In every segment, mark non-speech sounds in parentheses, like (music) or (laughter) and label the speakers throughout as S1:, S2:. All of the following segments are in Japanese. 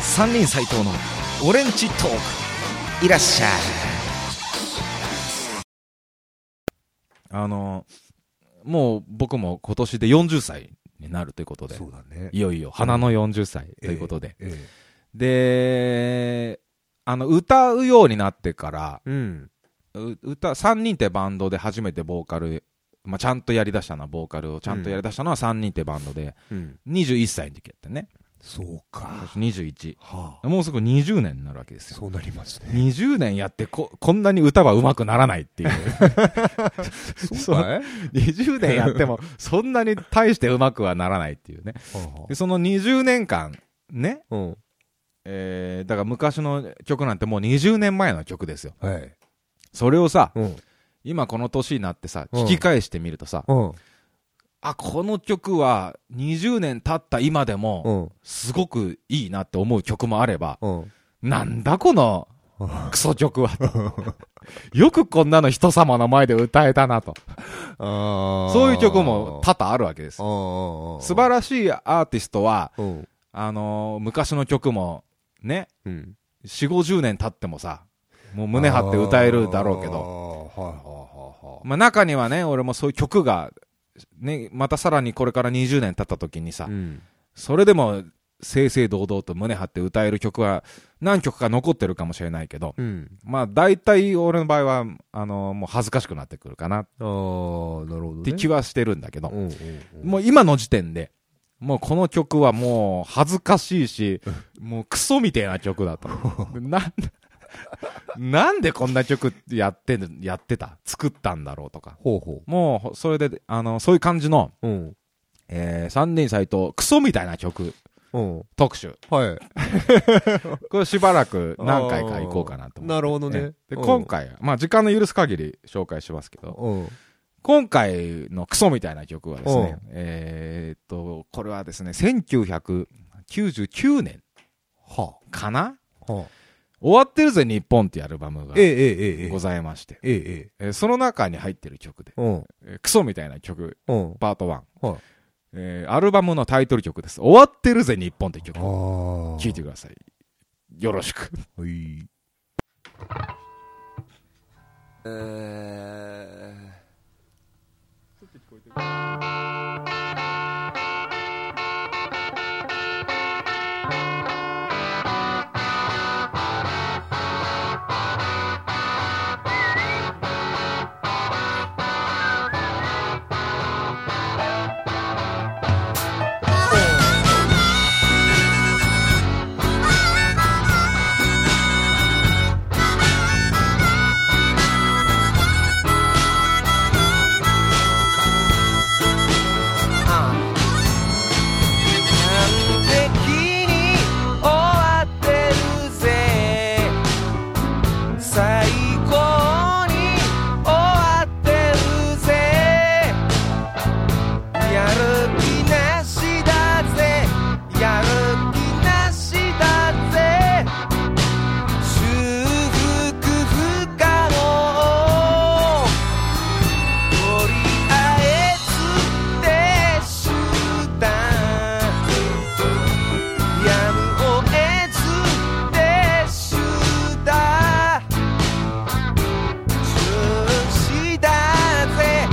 S1: 三人斎藤のオレンジトークいらっしゃいあのもう僕も今年で40歳になるということで
S2: そうだね。
S1: いよいよ花の40歳ということで、
S2: ええ
S1: であの歌うようになってから
S2: うん。
S1: う歌3人ってバンドで初めてボーカル、まあ、ちゃんとやりだしたのはボーカルをちゃんとやりだしたのは3人ってバンドで、
S2: うん。
S1: 21歳の時やってね
S2: そうか。
S1: 21
S2: はあ。
S1: もうすぐ20年になるわけですよ
S2: そうなりますね。
S1: 20年やってここんなに歌は上手くならないっていうそう
S2: い
S1: 20年やってもそんなに大して上手くはならないっていうねでその20年間ね
S2: うん。
S1: えーだから昔の曲なんてもう20年前の曲ですよ
S2: はい。
S1: それをさ
S2: うん。
S1: 今この年になってさ
S2: うん
S1: 聞き返してみるとさ、
S2: うん。
S1: あこの曲は20年経った今で
S2: うん。
S1: もすごくいいなって思う曲もあれば
S2: うん。
S1: なんだこの
S2: あ
S1: クソ曲はよくこんなの人様の前で歌えたなと
S2: あ
S1: そういう曲も多々あるわけですよ
S2: 素
S1: 素晴らしいアーティストは
S2: うん。
S1: あのー昔の曲もね
S2: うん。
S1: 4 5 0年経ってもさもう胸張って歌えるだろうけど
S2: ど。はいはいはいはい。
S1: まあ、中にはね俺もそういう曲が、ね、またさらにこれから20年経った時にさ、
S2: うん。
S1: それでも正々堂々と胸張って歌える曲は何曲か残ってるかもしれないけど、
S2: うん。
S1: まあ大体俺の場合は、あのもう恥ずかしくなってくるかなっ
S2: ああ、なるほどね。
S1: て気はしてるんだけど、
S2: うんうんうん。
S1: もう今の時点で、もうこの曲はもう恥ずかしいし、もうクソみたいな曲
S2: (laughs)
S1: だと。な、なんでこんな曲やってん、やってた作ったんだろうとか。
S2: ほうほ
S1: もう、それで、あの、そういう感じの、
S2: う。うん。
S1: えー、三人斎藤、クソみたいな曲
S2: うん。
S1: 特集。
S2: はい。
S1: これしばらく何回か行こうかなと思って。
S2: なるほどね
S1: ええで、
S2: うん
S1: 今回、まあ時間の許す限り紹介しますけど、
S2: うん。
S1: 今回のクソみたいな曲はです
S2: う
S1: ね
S2: ん、
S1: えーっと、これはですね、1999年
S2: は
S1: かな
S2: あ。はあ。
S1: 終わってるぜ日本っていうアルバムが
S2: ええええええ
S1: ございまして、
S2: えええ
S1: えーその中に入ってる曲で、
S2: え。うん。
S1: えークソみたいな曲、
S2: うん。
S1: パート1。
S2: はい
S1: えーアルバムのタイトル曲です。終わってるぜ日本って曲。
S2: ああ。
S1: 聴いてください。よろしく。 (laughs)
S2: はい。
S3: 完璧に終わってるぜ最高に終わってるぜやる気なしだぜやる気なしだぜ修復不可能とりあえずでしたやむを得ずでした中止だぜ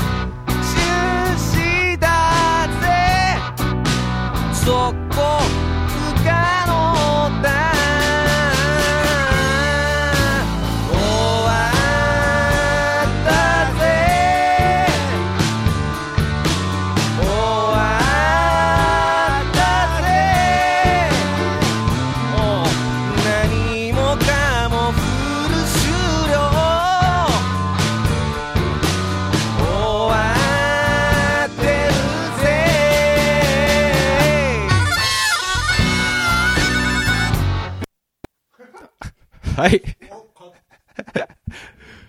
S3: 中止だぜそこ不可能だ終わったぜ終わったぜもう何もかもフル終了終わってるぜ
S1: はい。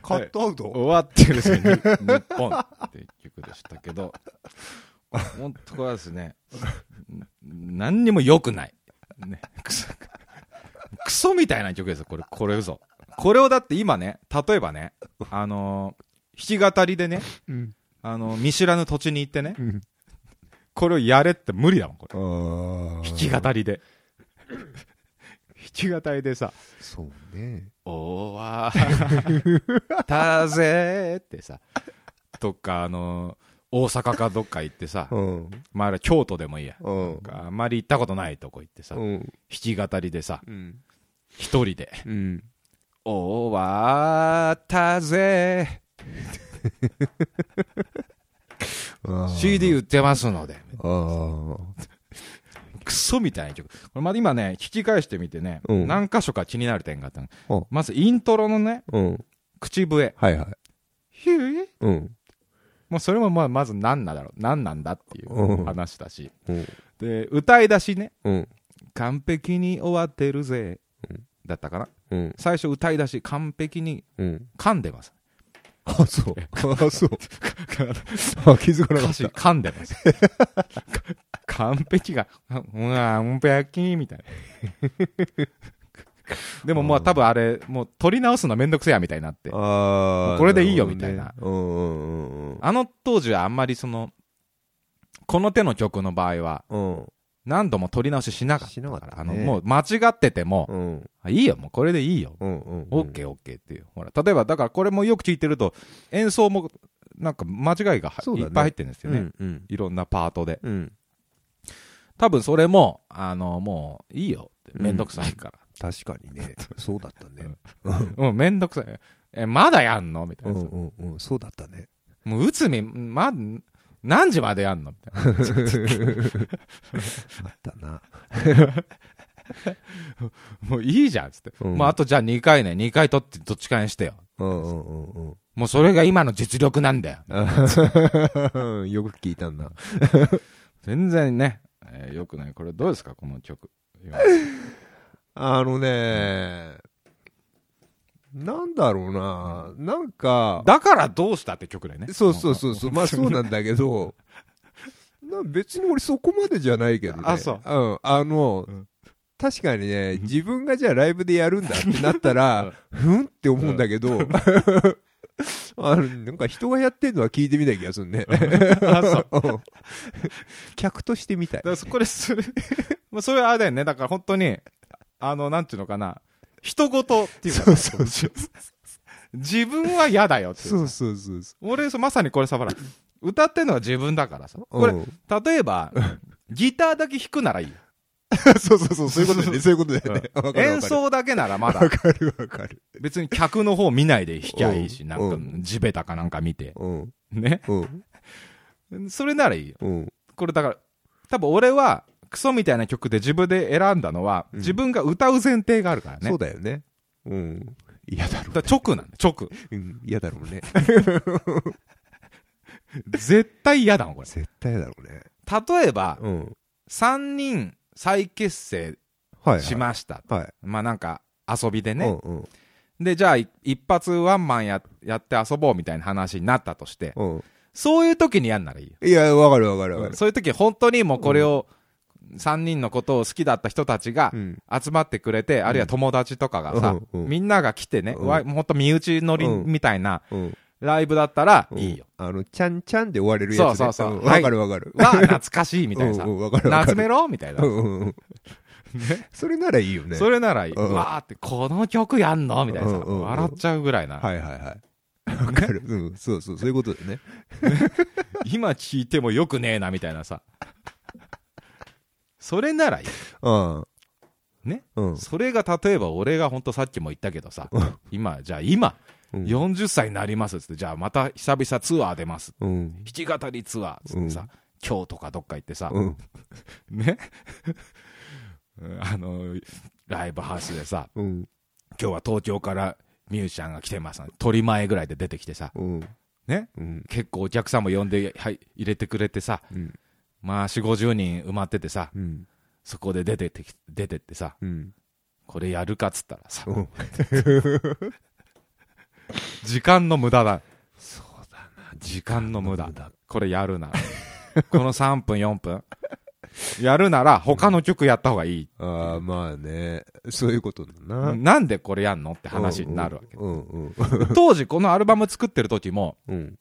S2: カットアウト
S1: 終わってる
S2: (laughs)
S1: ぜ、に日本っていう曲でしたけど、本当これはですね、ん何にも良くない。ね、クソ、クソみたいな曲ですよ、これ、これぞ。これをだって今ね、例えばね、あのー弾き語りでね、
S2: うん。
S1: あのー見知らぬ土地に行ってね、
S2: うん。
S1: これをやれって無理だもん、これ。
S2: ああ。
S1: 弾き語りで。弾き語りでさ、
S2: そうね。(laughs)
S1: 終わったぜーってさ、どっかあの、大阪かどっか行ってさ、
S2: うん。
S1: まああれ京都でもいいや。
S2: うん。
S1: あんまり行ったことないとこ行ってさ、弾
S2: ん。
S1: き語りでさ、
S2: うん。
S1: 一人で、
S2: うん。
S1: 終わったぜ
S2: あ
S1: ー、
S2: ー
S1: CD 売ってますので、
S2: あー
S1: クソみたいな曲。これまだ今ね、聞き返してみてね、
S2: うん
S1: 何箇所か気になる点があったの
S2: うん。
S1: まずイントロのね、
S2: うん。
S1: 口笛。
S2: はいはい。
S1: ヒュー
S2: うん。
S1: もうそれもまあまず何なんだろう。何なんだってい
S2: うん
S1: う話だし。
S2: うん。
S1: で、歌い出しね、
S2: うん。
S1: 完璧に終わってるぜ
S2: うん。
S1: だったかな
S2: うん。
S1: 最初歌い出し、完璧に
S2: うん。
S1: 噛んでます。
S2: あ、そう。あ、そう。あ、気づかなか
S1: 歌
S2: っ
S1: 詞
S2: た。
S1: 噛んでます。 (laughs) か完璧が、うわんぺやきみたいな。 (laughs) でもまあ多分あれ、もう取り直すのめんどくせえやみたいになって。
S2: あー
S1: これでいいよ
S2: るほどね
S1: みたいな
S2: うんうんうんうん。
S1: あの当時はあんまりその、この手の曲の場合は、
S2: うん。
S1: 何度も取り直ししなかった
S2: しなかったね
S1: あの、もう間違ってても、
S2: うん。
S1: あいいよ、もうこれでいいよ。
S2: うんうん。
S1: オッケーオッケーっていう。ほら、例えば、だからこれもよく聞いてると、演奏も、なんか間違いがは
S2: そうだ
S1: い
S2: ね
S1: っぱい入ってるんですよね。
S2: うんうん。
S1: いろんなパートで。
S2: うん。
S1: 多分それも、あの、もういいよって。
S2: うん
S1: めんどくさいから。
S2: 確かにね。 (laughs) そうだったね。
S1: (laughs) うん、めんどくさい。え、まだやんのみた
S2: う
S1: い
S2: ん
S1: な。
S2: うんうん。そうだったね。
S1: もう、うつみ、ま、何時までやんのみたいな。
S2: あったな。
S1: (laughs) もういいじゃんっつって。
S2: うん
S1: まあ、あとじゃあ2回ね、2回取ってどっちかにしてよ。
S2: うんうんうんうん。
S1: もうそれが今の実力なんだよ。
S2: よく聞いたんだ。
S1: 全然ね、えーよくない。これどうですかこの曲。
S2: あのね、なんだろうな、なんか、
S1: だからどうしたって曲だよね。
S2: そうそうそう
S1: (laughs)
S2: そう、まあそうなんだけど、 (laughs) な別に俺そこまでじゃないけどね。、
S1: あそうん
S2: あの、
S1: うん
S2: 確かにね、自分がじゃあライブでやるんだってなったら、ふんって思 (laughs) うんだけど、 (laughs) あのなんか人がやってんのは聞いてみたい気がするね。 (laughs) うん客としてみたい
S1: だか。らそこで、それ、 (laughs) まあそれはあれだよね。だから本当に、あの、なんていうのかな。人事っていうか、
S2: そうそう。
S1: 自分は嫌だよっていう。
S2: (laughs) そうそうそうそ
S1: 俺、そうまさにこれさ、ほら、歌ってんのは自分だからさ。
S2: う。
S1: これ
S2: う、ん
S1: 例えば、ギターだけ弾くならいいよ。
S2: そうそうそう、そういうことだよね。 (laughs) そういうことだよね。わかる
S1: 演奏だけならまだ
S2: わ、かるわかる。
S1: 別に客の方見ないで弾きゃいいし、
S2: うん
S1: なんか
S2: う、
S1: 地べたかなんか見て。
S2: うん、
S1: ね。
S2: うん、
S1: それならいいよ。
S2: うん。
S1: これだから、多分俺は、クソみたいな曲で自分で選んだのは、
S2: うん
S1: 自分が歌う前提があるからね。
S2: そうだよね。うん。嫌だろ
S1: だから直なんだ、直。
S2: う。うん、嫌だろうね。
S1: 絶対嫌だもん、これ。
S2: 絶対嫌だろうね。
S1: 例えば、
S2: うん。
S1: 3人再結成
S2: はい。
S1: しました。
S2: す。はい。
S1: まあなんか、遊びで
S2: う
S1: ね
S2: ん。うん。
S1: で、じゃあ、い一発ワンマンややって遊ぼうみたいな話になったとして、
S2: う
S1: そういう時にやんならいいよ。
S2: ん。いや、わかるわかるわかる。
S1: そういう時、本当にもうこれを、3人のことを好きだった人たちが
S2: う、ん。
S1: 集まってくれて、あるいは友達とかがさ、
S2: うんうん
S1: みんなが来てね、
S2: うん
S1: わもっと身内乗り
S2: うん
S1: みたいな
S2: うん。
S1: ライブだったら
S2: うん
S1: いいよ。。
S2: あの、ちゃんちゃんで終われるやつね。
S1: そうそうそうん
S2: わかるわかる。 (laughs)
S1: わあ、懐かしいみたいなさ
S2: う、んうんわかるわかる。
S1: 夏メロみたいな
S2: う。んうんうん。それならいいよね。
S1: そ
S2: れ。
S1: れならいい。
S2: うん
S1: わーって、この曲やんのみたいなさ、
S2: うんうんうん
S1: 笑っちゃうぐらいな。
S2: はいはいはい。わかる。うん。そうそう、そういうことだよね。
S1: 今聴いてもよくねえな、みたい
S2: (laughs)
S1: なさ。それならいい。
S2: うん。
S1: ね。
S2: うん。
S1: それが例えば俺がほんとさっきも言ったけどさ、今、じゃあ今、
S2: うん
S1: 40歳になりますっつって、じゃあまた久々ツアー出ます。
S2: うん。
S1: 弾き語りツアーっつってさ、
S2: う
S1: 今日とかどっか行ってさ、
S2: うん。
S1: ね。 (laughs) うんあの、ライブハウスでさ、
S2: うん。
S1: 今日は東京からミュージシャンが来てます。取り前ぐらいで出てきてさ、
S2: うん。
S1: ね。
S2: うん。
S1: 結構お客さんも呼んで、はい、入れてくれてさ、
S2: うん。
S1: まあ4、50人埋まっててさ、
S2: うん。
S1: そこで出てってき、出てってさ、
S2: うん。
S1: これやるかっつったらさ、
S2: うん
S1: (laughs) 時間の無駄だ。
S2: そうだな。
S1: 時間の無駄
S2: 時間の無駄。
S1: これやるな。この3分、4分。やるなら他の曲やった方がいい。
S2: ああ、まあね。そういうことだな。
S1: なんでこれやんのって話になるわけ。
S2: うんうん。
S1: 当時このアルバム作ってる時も、
S2: うん。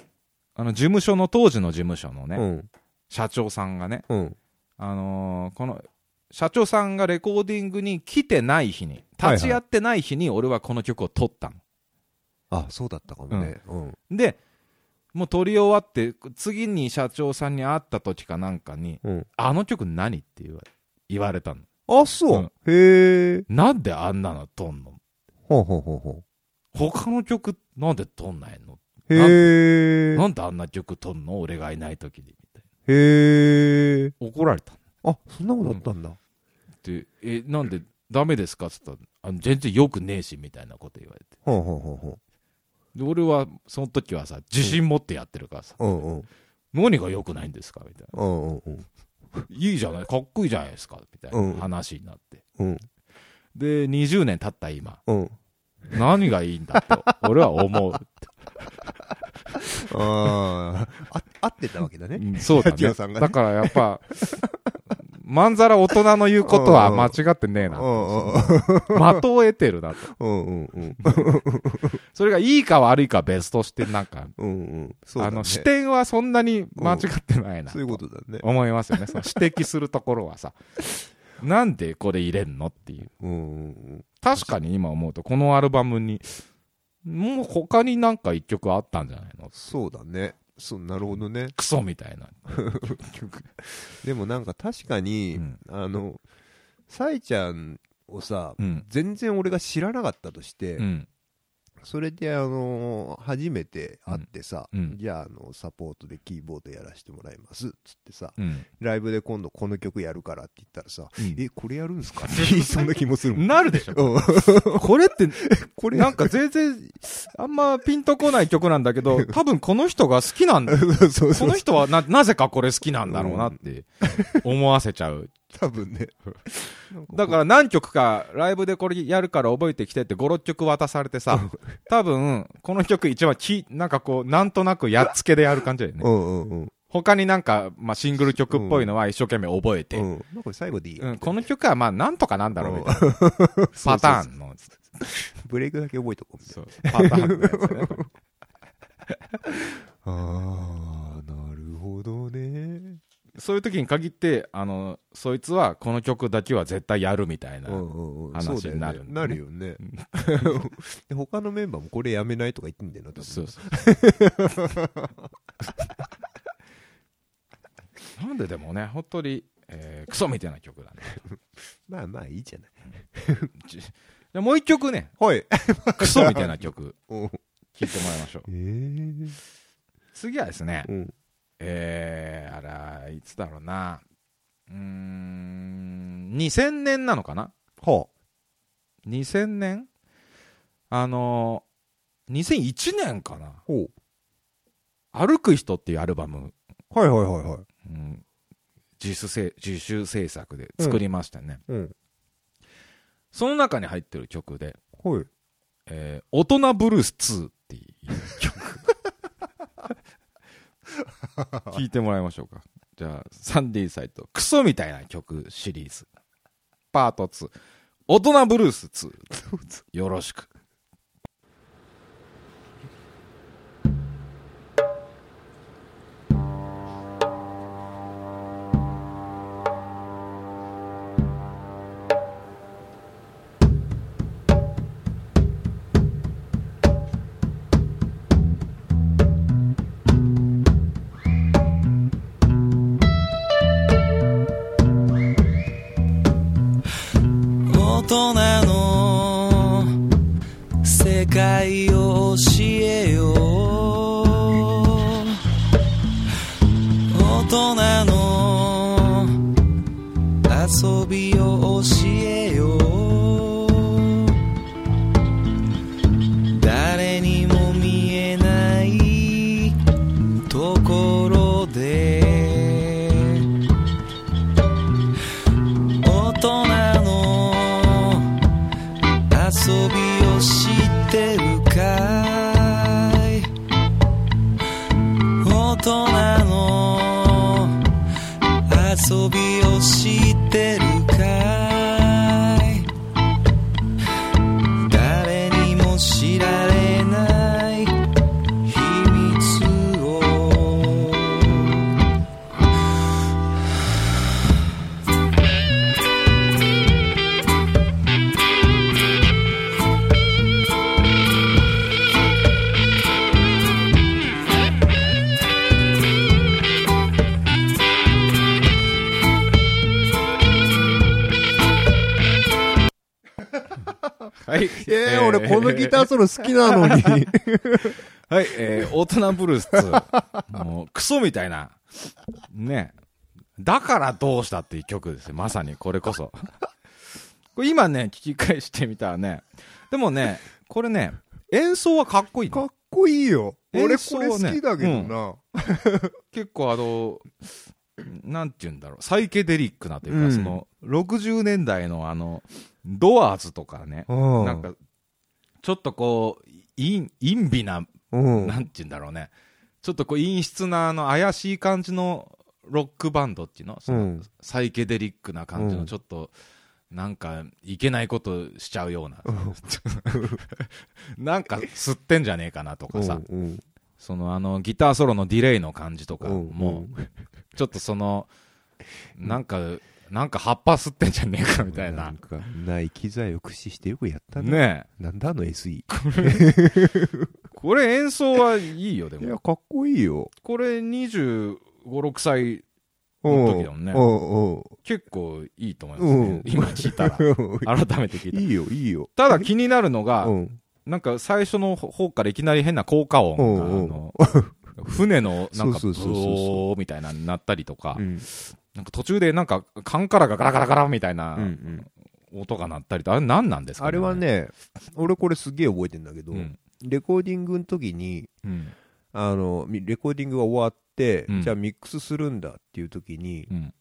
S1: あの事務所の、当時の事務所の
S2: う
S1: ね、
S2: ん。
S1: 社長さんがね、
S2: うん。
S1: あのーこの、社長さんがレコーディングに来てない日に立ち会ってない日に俺はこの曲を撮ったの、
S2: あそうだったかもね、うん
S1: でもう撮り終わって次に社長さんに会った時かなんかに
S2: うん
S1: 「あの曲何?」って言わ言われたの
S2: あそう、へえ
S1: なんであんなの撮んの
S2: ほうほうほうほ
S1: 他の曲なんで撮んないの
S2: うへえ
S1: なんであんな曲撮んの俺がいない時にみたい
S2: へえ
S1: な怒られたの
S2: あそんなことあったんだ、
S1: って「えなんでダメですか?」っつったらあの「全然よくねえし」みたいなこと言われて
S2: ほうほうほうほ
S1: で俺はその時はさ自信持ってやってるからさ
S2: ううんうん
S1: 何が良くないんですかみたいな。
S2: うんうんうん
S1: いいじゃない、かっこいいじゃないですか、みたい
S2: うん
S1: な話になって。
S2: うん
S1: で、20年経った今、
S2: うん
S1: 何がいいんだと、俺は思う。
S2: ああ合ってたわけだね
S1: うんそうだ
S2: 八代
S1: ね。
S2: さんがね
S1: だからやっぱ、まんざら大人の言うことは間違ってねえ
S2: う
S1: な。
S2: んうん
S1: 的を得てるなと。
S2: うんうん
S1: それがいいか悪いか別として、なんか、
S2: うんうんそうだ
S1: あ
S2: ね
S1: の、視点はそんなに間違ってないな
S2: そういうことだね
S1: 思いますよね。その指摘するところはさ、なんでこれ入れんのっていう。
S2: うんうん
S1: 確かに今思うと、このアルバムに、もう他になんか一曲あったんじゃないの
S2: そうだねそうなるほどね
S1: クソみたいな曲。
S2: でもなんか確かに、
S1: うん
S2: あのさえちゃんをさ、
S1: うん。
S2: 全然俺が知らなかったとして、
S1: うん。
S2: それであのー初めて会ってさ、
S1: うんうん
S2: じゃああのサポートでキーボードやらせてもらいますっつってさ
S1: うん。
S2: ライブで今度この曲やるからって言ったらさ、
S1: うん
S2: えこれやるんす
S1: (laughs)
S2: かってそんな気もするもん
S1: なるでしょ
S2: うん
S1: (laughs) これって、
S2: (laughs) これ
S1: なんか全然、あんまピンとこない曲なんだ
S2: (laughs)
S1: けど、多分この人が好きなんだ。こ
S2: そうそうそう
S1: の人はな、なぜかこれ好きなんだろうなって思わせち
S2: (laughs)
S1: ゃう。
S2: 多分ね
S1: だから何曲かライブでこれやるから覚えてきてって5、6曲渡され
S2: (laughs)
S1: てさ、多分、この曲一番き、なんかこう、なんとなくやっつけでやる感じだよね
S2: (laughs) う。んうんうん
S1: 他になんか、まあ、シングル曲っぽいのは一生懸命覚えて、
S2: う
S1: うん
S2: んまあこれ最後でいいや
S1: この曲はまあなんとかなんだろうみ
S2: (laughs)
S1: たいなパターンの、
S2: ブレイクだけ覚えとこうみたいな
S1: そうパターンのやつだね。
S2: あーなるほどね
S1: そういう時に限って、あの、そいつはこの曲だけは絶対やるみたいな。
S2: うんうんうん
S1: 話
S2: そうだよね
S1: になるんだ
S2: な
S1: よ
S2: る
S1: ね
S2: よね (laughs) で他のメンバーもこれやめないとか言ってんだよな多分
S1: そ
S2: (laughs)
S1: うそうなんででもね、本当に、えークソみたいな曲だね。
S2: まあまあいいじゃない
S1: じでもう一曲ね、 (laughs)
S2: はい
S1: クソみたいな曲、
S2: うん
S1: 聴いてもらい
S2: (laughs)
S1: ましょう。
S2: えー
S1: 次はですね、
S2: うん
S1: えー、あら、いつだろうな。うーん、2000年なのかな
S2: は
S1: 2000年あのー、2001年かな
S2: あほう
S1: 歩く人っていうアルバム、
S2: はいはいはいはい
S1: うん、自主制自主制作で作りましたね。
S2: うん
S1: その中に入ってる曲で、
S2: はい
S1: えー、大人ブルース2っていう
S2: (laughs)
S1: 曲。聞いてもらいましょうか。じゃあ、サンディサイト、クソみたいな曲シリーズ、パート2、大人ブルース2、よろしく。
S3: 大人の世界を教えよう大人の遊びを教えよう誰にも見えないところで大人の遊びを知ってるかい大人の遊びを知ってるかい誰にも知られない秘密を「
S1: はい。
S2: えー、俺このギターソロ好きな
S1: (laughs)
S2: のに。
S1: はい、えー、大人ブルース。 (laughs) もう、クソみたいな。ね。だからどうしたっていう曲ですよ。まさに、これこそ。これ今ね、聞き返してみたらね。でもね、これね、演奏はかっこいいの
S2: かっこいいよ。俺
S1: 演
S2: こ
S1: 奏
S2: れ
S1: は
S2: 好
S1: ね
S2: きだけどな。
S1: 結構あの、なんて言うんだろう、サイケデリックなというか、
S2: うん
S1: その、60年代のあの、ドアーズとかね、
S2: う
S1: なんか、ちょっとこう、イン、インビな、
S2: うん。
S1: なんて言うんだろうね、ちょっとこう、陰湿な、あの、怪しい感じのロックバンドっていうの、その
S2: うん
S1: サイケデリックな感じ
S2: う
S1: の、
S2: ん
S1: ちょっと、なんか、いけないことしちゃうような、なんか、吸ってんじゃねえかなとかさ、
S2: うん
S1: その、あの、ギターソロのディレイの感じとか、
S2: うん
S1: もう、 (laughs) ちょっとその、なんか、なんか葉っぱ吸ってんじゃねえかみたい
S2: な。
S1: なん
S2: か、ない機材を駆使してよくやったね。
S1: ね
S2: なんだあの SE。い
S1: え。これ演奏はいいよ、で
S2: や、
S1: も。
S2: かっこいいよ。
S1: これ25、6歳、
S2: うん
S1: の時だもんね
S2: う
S1: 結構いいと思いますね。
S2: うん
S1: 今聞いたら。
S2: んうんうん。
S1: 改めて聞いた
S2: いいよ、いいよ。
S1: ただ気になるのが、
S2: うん。
S1: なんか最初の方からいきなり変な効果音が、あ
S2: うんうん
S1: の船のなんかブ
S2: そうそうそうそう
S1: オーみたいなのになったりとか
S2: う、ん。
S1: なんか途中でなんか缶からがガラガラガラみたいな
S2: うんうん
S1: 音が鳴ったりとあれ何なんですか
S2: あれは、ね、俺これすげえ覚えてんだけど
S1: う、ん。
S2: レコーディングの時に、
S1: うん。
S2: あの、みレコーディングが終わって
S1: う、ん
S2: じゃあミックスするんだっていう時に
S1: う、ん。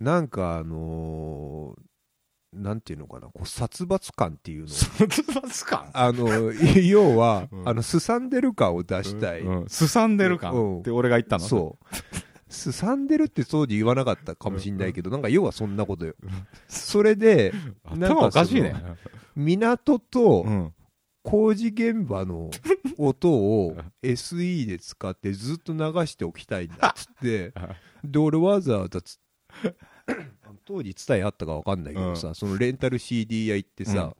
S2: なんかあのー、なんていうのかな、こう殺伐感っていうの
S1: 殺伐感
S2: あの、 (laughs) い要は、
S1: うん
S2: あの、すさんでる感を出したい。
S1: うん、すさんでる
S2: うん
S1: 感って俺が言ったの
S2: そう。すさんでるって当時言わなかったかもしんないけど、なんか要はそんなことよ。それで、なん
S1: 頭おかしいね
S2: そ。の港と
S1: うん。
S2: 工事現場
S1: (laughs)
S2: の音を SE で使ってずっと流しておきたいんだっつって、で、俺わざわざ
S1: (laughs)
S2: つ、当時伝えあったかわかんないけどさ、そのレンタル CD 屋行ってさ、
S1: うん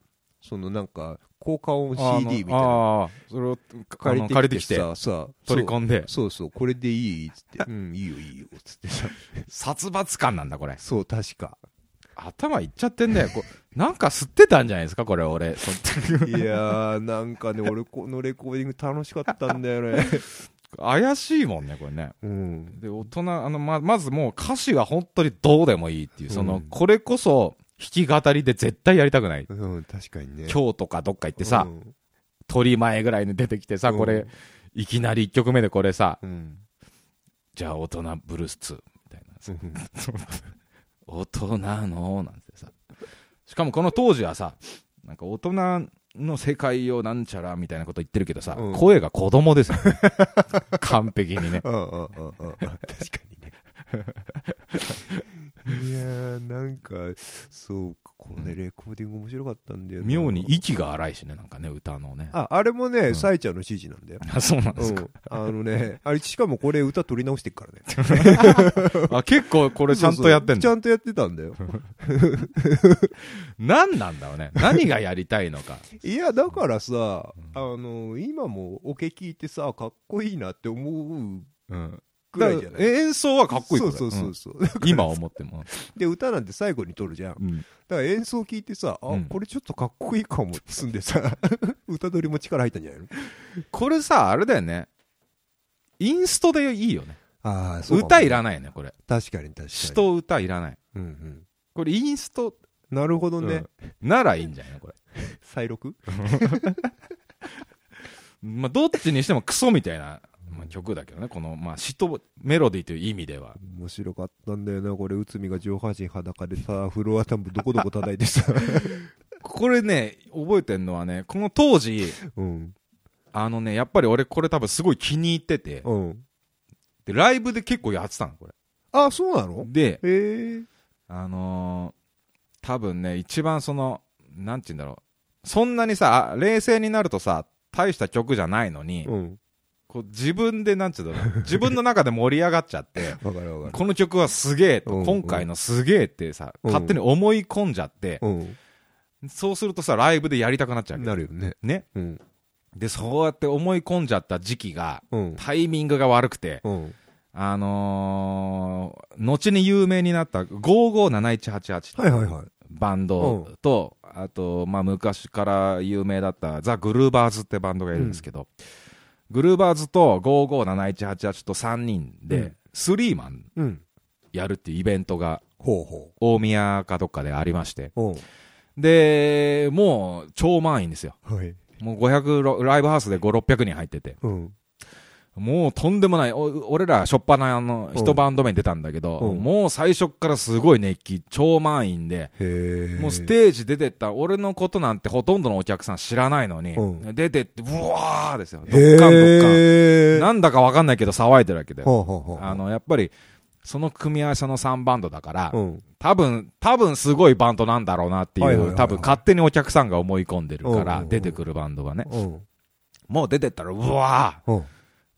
S2: そのなんか、効果音
S1: あの
S2: CD みたいなの
S1: ああ、それを
S2: 借り
S1: 借り
S2: て
S1: て
S2: きて
S1: 借りてきて、
S2: ささ
S1: 取り込んで、
S2: そうそう、これでいいっつ
S1: (laughs)
S2: って、うん、いいよ、いいよ、つってさ、
S1: 殺伐感なんだ、これ。
S2: そう、確
S1: (laughs)
S2: か。
S1: 頭いっちゃってんだよ。こうなんか吸ってたんじゃないですか、これ、俺。その時
S2: いやー、なんかね、俺、このレコーディング楽しかったんだよ
S1: (laughs)
S2: ね。
S1: 怪しいもんね、これね。
S2: うん。
S1: で、大人、あの、ま、まずもう歌詞は本当にどうでもいいっていう、その、
S2: うん
S1: これこそ弾き語りで絶対やりたくない。
S2: うん、確かにね。日
S1: 今日とかどっか行ってさ、
S2: うん、
S1: 鳥前ぐらいに出てきてさ、これ、いきなり1曲目でこれさ、
S2: うん。
S1: じゃあ大人ブルース2みたいなさ
S2: う、ん。
S1: 大人のなんてさしかもこの当時はさなんか大人の世界をなんちゃらみたいなこと言ってるけどさ、
S2: うん
S1: 声が子供ですよ、ね、完璧にね
S2: うんうんうんうん確かにね。いやー、なんか、そうか、このね、レコーディング面白かったんだよな
S1: 妙に息が荒いしねなんかね歌のね
S2: あ、あれもね、
S1: ん
S2: さえちゃんの指示なんだよ。
S1: あ (laughs) そうなんで
S2: う
S1: すか
S2: ん、あのね、あれ、しかもこれ歌取り直してっからね。
S1: あ結構こ (laughs) れちゃんとやって
S2: そうそう
S1: ん
S2: ちゃ
S1: の
S2: んとやってたんだよ。
S1: 何なんだろうね何がやりたいのか
S2: いや、だからさ、あの、今もオケ聞いてさ、かっこいいなって思う
S1: うん
S2: ぐらいじゃない
S1: だから演奏はかっこいい
S2: そ
S1: こ
S2: う
S1: れ
S2: そうそうそう。
S1: うん今思っても、
S2: で、歌なんて最後に撮るじゃん。
S1: うん
S2: だから演奏聞いてさ、あ、
S1: うん
S2: これちょっとかっこいいかもっつんでさ、 (laughs) 歌取りも力入ったんじゃないの
S1: これさあれだよねインストでいいよね
S2: ああ、
S1: 歌いら
S2: ん。
S1: ないよねこれ
S2: 確かに確かに。
S1: 詩。と歌いらない
S2: うん
S1: これインスト
S2: うん。なるほどね。
S1: うんならいいんじゃないのこれ。
S2: 再録
S1: まあ、どっちにしてもクソみたいな、まあ、曲だけどね。この、まあ、詩とメロディーという意味では。
S2: 面白かったんだよな、これ、内海が上半身裸でさ、フロアタンプどこどこ叩いて
S1: (laughs)
S2: さ。
S1: これね、覚えてんのはね、この当時、
S2: うん。
S1: あのね、やっぱり俺これ多分すごい気に入ってて、
S2: うん。
S1: で、ライブで結構やってたの、これ。
S2: あ、そうなの
S1: で、
S2: へえ。
S1: あのー多分ね、一番その、なんて言うんだろう。そんなにさ、あ冷静になるとさ、大した曲じゃないのに、
S2: うん。
S1: こう自分で、なんて言うんだろう。自分の中で盛り上がっちゃって、
S2: (laughs) わかるわか
S1: この曲はすげえと、
S2: うんうん
S1: 今回のすげえってさ、
S2: うん
S1: 勝手に思い込んじゃって、
S2: る。うん。
S1: そうするとさ、ライブでやりたくなっちゃうわけ
S2: なるよね。
S1: ね。
S2: うん。
S1: で、そうやって思い込んじゃった時期が、
S2: うん。
S1: タイミングが悪くて、
S2: うん。
S1: あのー後に有名になった557188
S2: はいはいはい。
S1: ババンドと、あと、まあ、昔から有名だったザ・グルーバーズってバンドがいるんですけど、グルーバーズと557188と3人
S2: う
S1: で
S2: ん、
S1: スリーマン
S2: うん。
S1: やるっていうイベントが
S2: ほうほ
S1: 大宮かどっかでありまして、
S2: う。うん。
S1: で、もう超満員ですよ。
S2: はい。
S1: もう500、ライブハウスで5、600人入ってて、
S2: うん。
S1: もうとんでもない、お俺ら、しょっぱなあの、
S2: うん
S1: 一バンド目に出たんだけど、
S2: うん
S1: もう最初っからすごい熱気、超満員で、
S2: へえ。
S1: もうステージ出てった、俺のことなんてほとんどのお客さん知らないのに、
S2: う
S1: 出てって、うわーですよ。どっ
S2: へえ。
S1: かんどっかん。
S2: へー
S1: なんだかわかんないけど騒いでるわけで。
S2: ほうほうほう。
S1: あ、の、やっぱり、その組み合わせの3バンドだから、
S2: うん。
S1: 多分、多分すごいバンドなんだろうなっていう、
S2: はいはいはいはい
S1: 多分勝手にお客さんが思い込んでるか
S2: うんうん
S1: ら
S2: う、ん
S1: 出てくるバンドがね。
S2: うん。
S1: もう出てったら、うわ
S2: うん。
S1: ー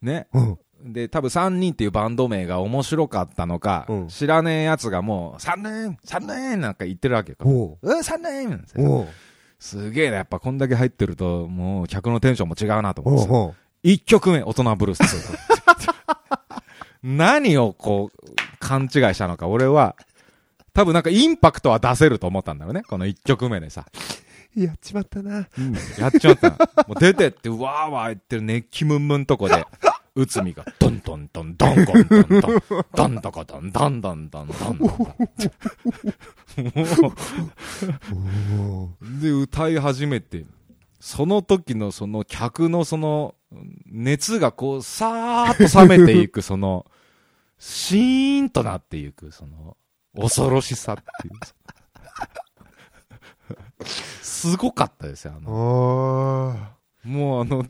S1: ね。
S2: うん。
S1: で、多分3人っていうバンド名が面白かったのか、
S2: うん
S1: 知らねえやつがもう、3人 !3 人なんか言ってるわけか。
S2: ほ
S1: うん、3人なんです
S2: う。
S1: よ
S2: ほう。
S1: すげえな、やっぱこんだけ入ってると、もう客のテンションも違うなと
S2: ほ
S1: 思っ
S2: う
S1: てさ
S2: ほ
S1: 一曲目、大人ブルース2。何をこう、勘違いしたのか、俺は、多分なんかインパクトは出せると思ったんだろうね。この一曲目でさ。
S2: う。やっちまったな。
S1: やっちまったの。もう出てって、わーわー言ってる熱気ムンムンとこで、内海が、ドンドンドンドンコンドンドン、ドンドコドンドンドンドンドンドンドン。もう
S2: お
S1: で、歌い始めて、その時のその客のその、熱がこう、さーっと冷めていく、その、シーンとなっていく、その、恐ろしさっていう。すごかったですよ、あ
S2: ー
S1: の。
S2: あ
S1: もうあの、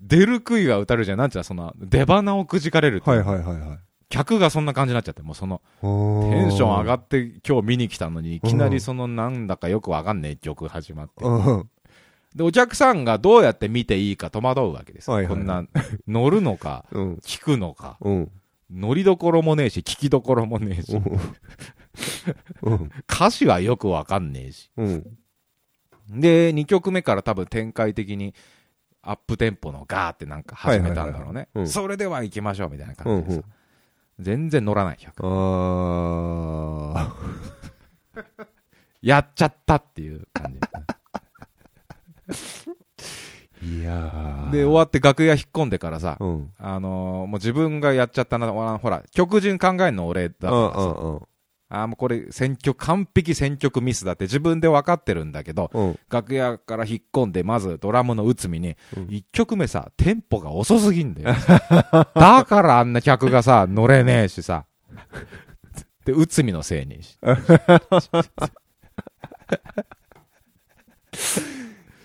S1: 出る杭は打たれるじゃん、なんちゃら、その、出花をくじかれるって
S2: ー。
S1: いう
S2: はいはいはいはい。
S1: 客がそんな感じになっちゃって、もうその、テ
S2: テ
S1: ンション上が
S2: っ
S1: って今日見に来たのに、いきなりその、なんだかよくわかんねえ曲始まって
S2: う。ん。
S1: で、お客さんがどうやって見ていいか戸惑うわけですよ。
S2: はいはい
S1: こんな、乗るのか、
S2: うん。
S1: 聞くのか、
S2: うん。
S1: 乗りどころもねえし、聞きどころもねえし、
S2: うん。
S1: 歌詞はよくわかんねえし。
S2: (laughs) うん。
S1: で、2曲目から多分展開的に、アップテンポのガーってなんか始めたんだろうね
S2: はいはいはいはいう。ん
S1: それでは行きましょうみたいな感じ
S2: う
S1: でさ
S2: ん。
S1: 全然乗らない100。
S2: ああ。
S1: やっちゃったっていう感
S2: (laughs)
S1: じ。
S2: いや
S1: で、終わって楽屋引っ込んでからさ、
S2: うん。
S1: あのー、もう自分がやっちゃったな、ほらほら、曲順考えるの俺だからさ
S2: うん
S1: あーもうこれ選曲、完璧選曲ミスだって自分で分かってるんだけど、
S2: うんうん。
S1: 楽屋から引っ込んで、まずドラムの内海に、
S2: うん
S1: 一曲目さ、テンポが遅すぎんだよ。 (laughs) だからあんな客がさ、乗れねえしさ。で、内海のせいにし。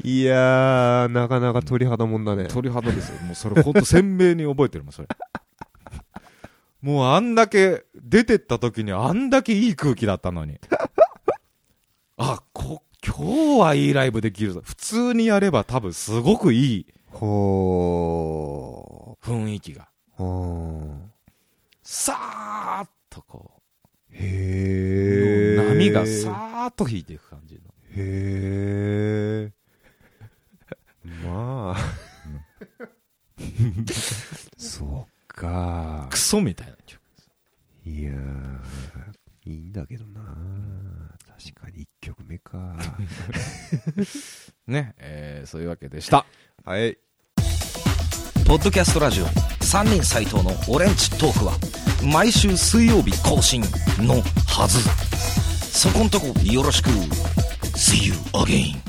S2: いやー、なかなか鳥肌もんだね。
S1: 鳥肌ですよ。もうそれほんと鮮明に覚えてるもん、それ。もうあんだけ、出てった時にあんだけいい空気だったのに。あ、こ、今日はいいライブできるぞ。普通にやれば多分すごくいい
S2: ほ
S1: 雰囲気が。
S2: ー。ほ
S1: さーっとこ
S2: ー。
S1: う、
S2: へー。
S1: 波がさーっと引いていく感じの。
S2: へー。まあ。そっか
S1: クソみたいな曲。
S2: いやー、いいんだけどな確かに1曲目か。
S1: ね、えー、そういうわけでした。
S2: はい。
S4: ポッドキャストラジオ三人斎藤のオレンジトークは毎週水曜日更新のはずそこんとこよろしく See you again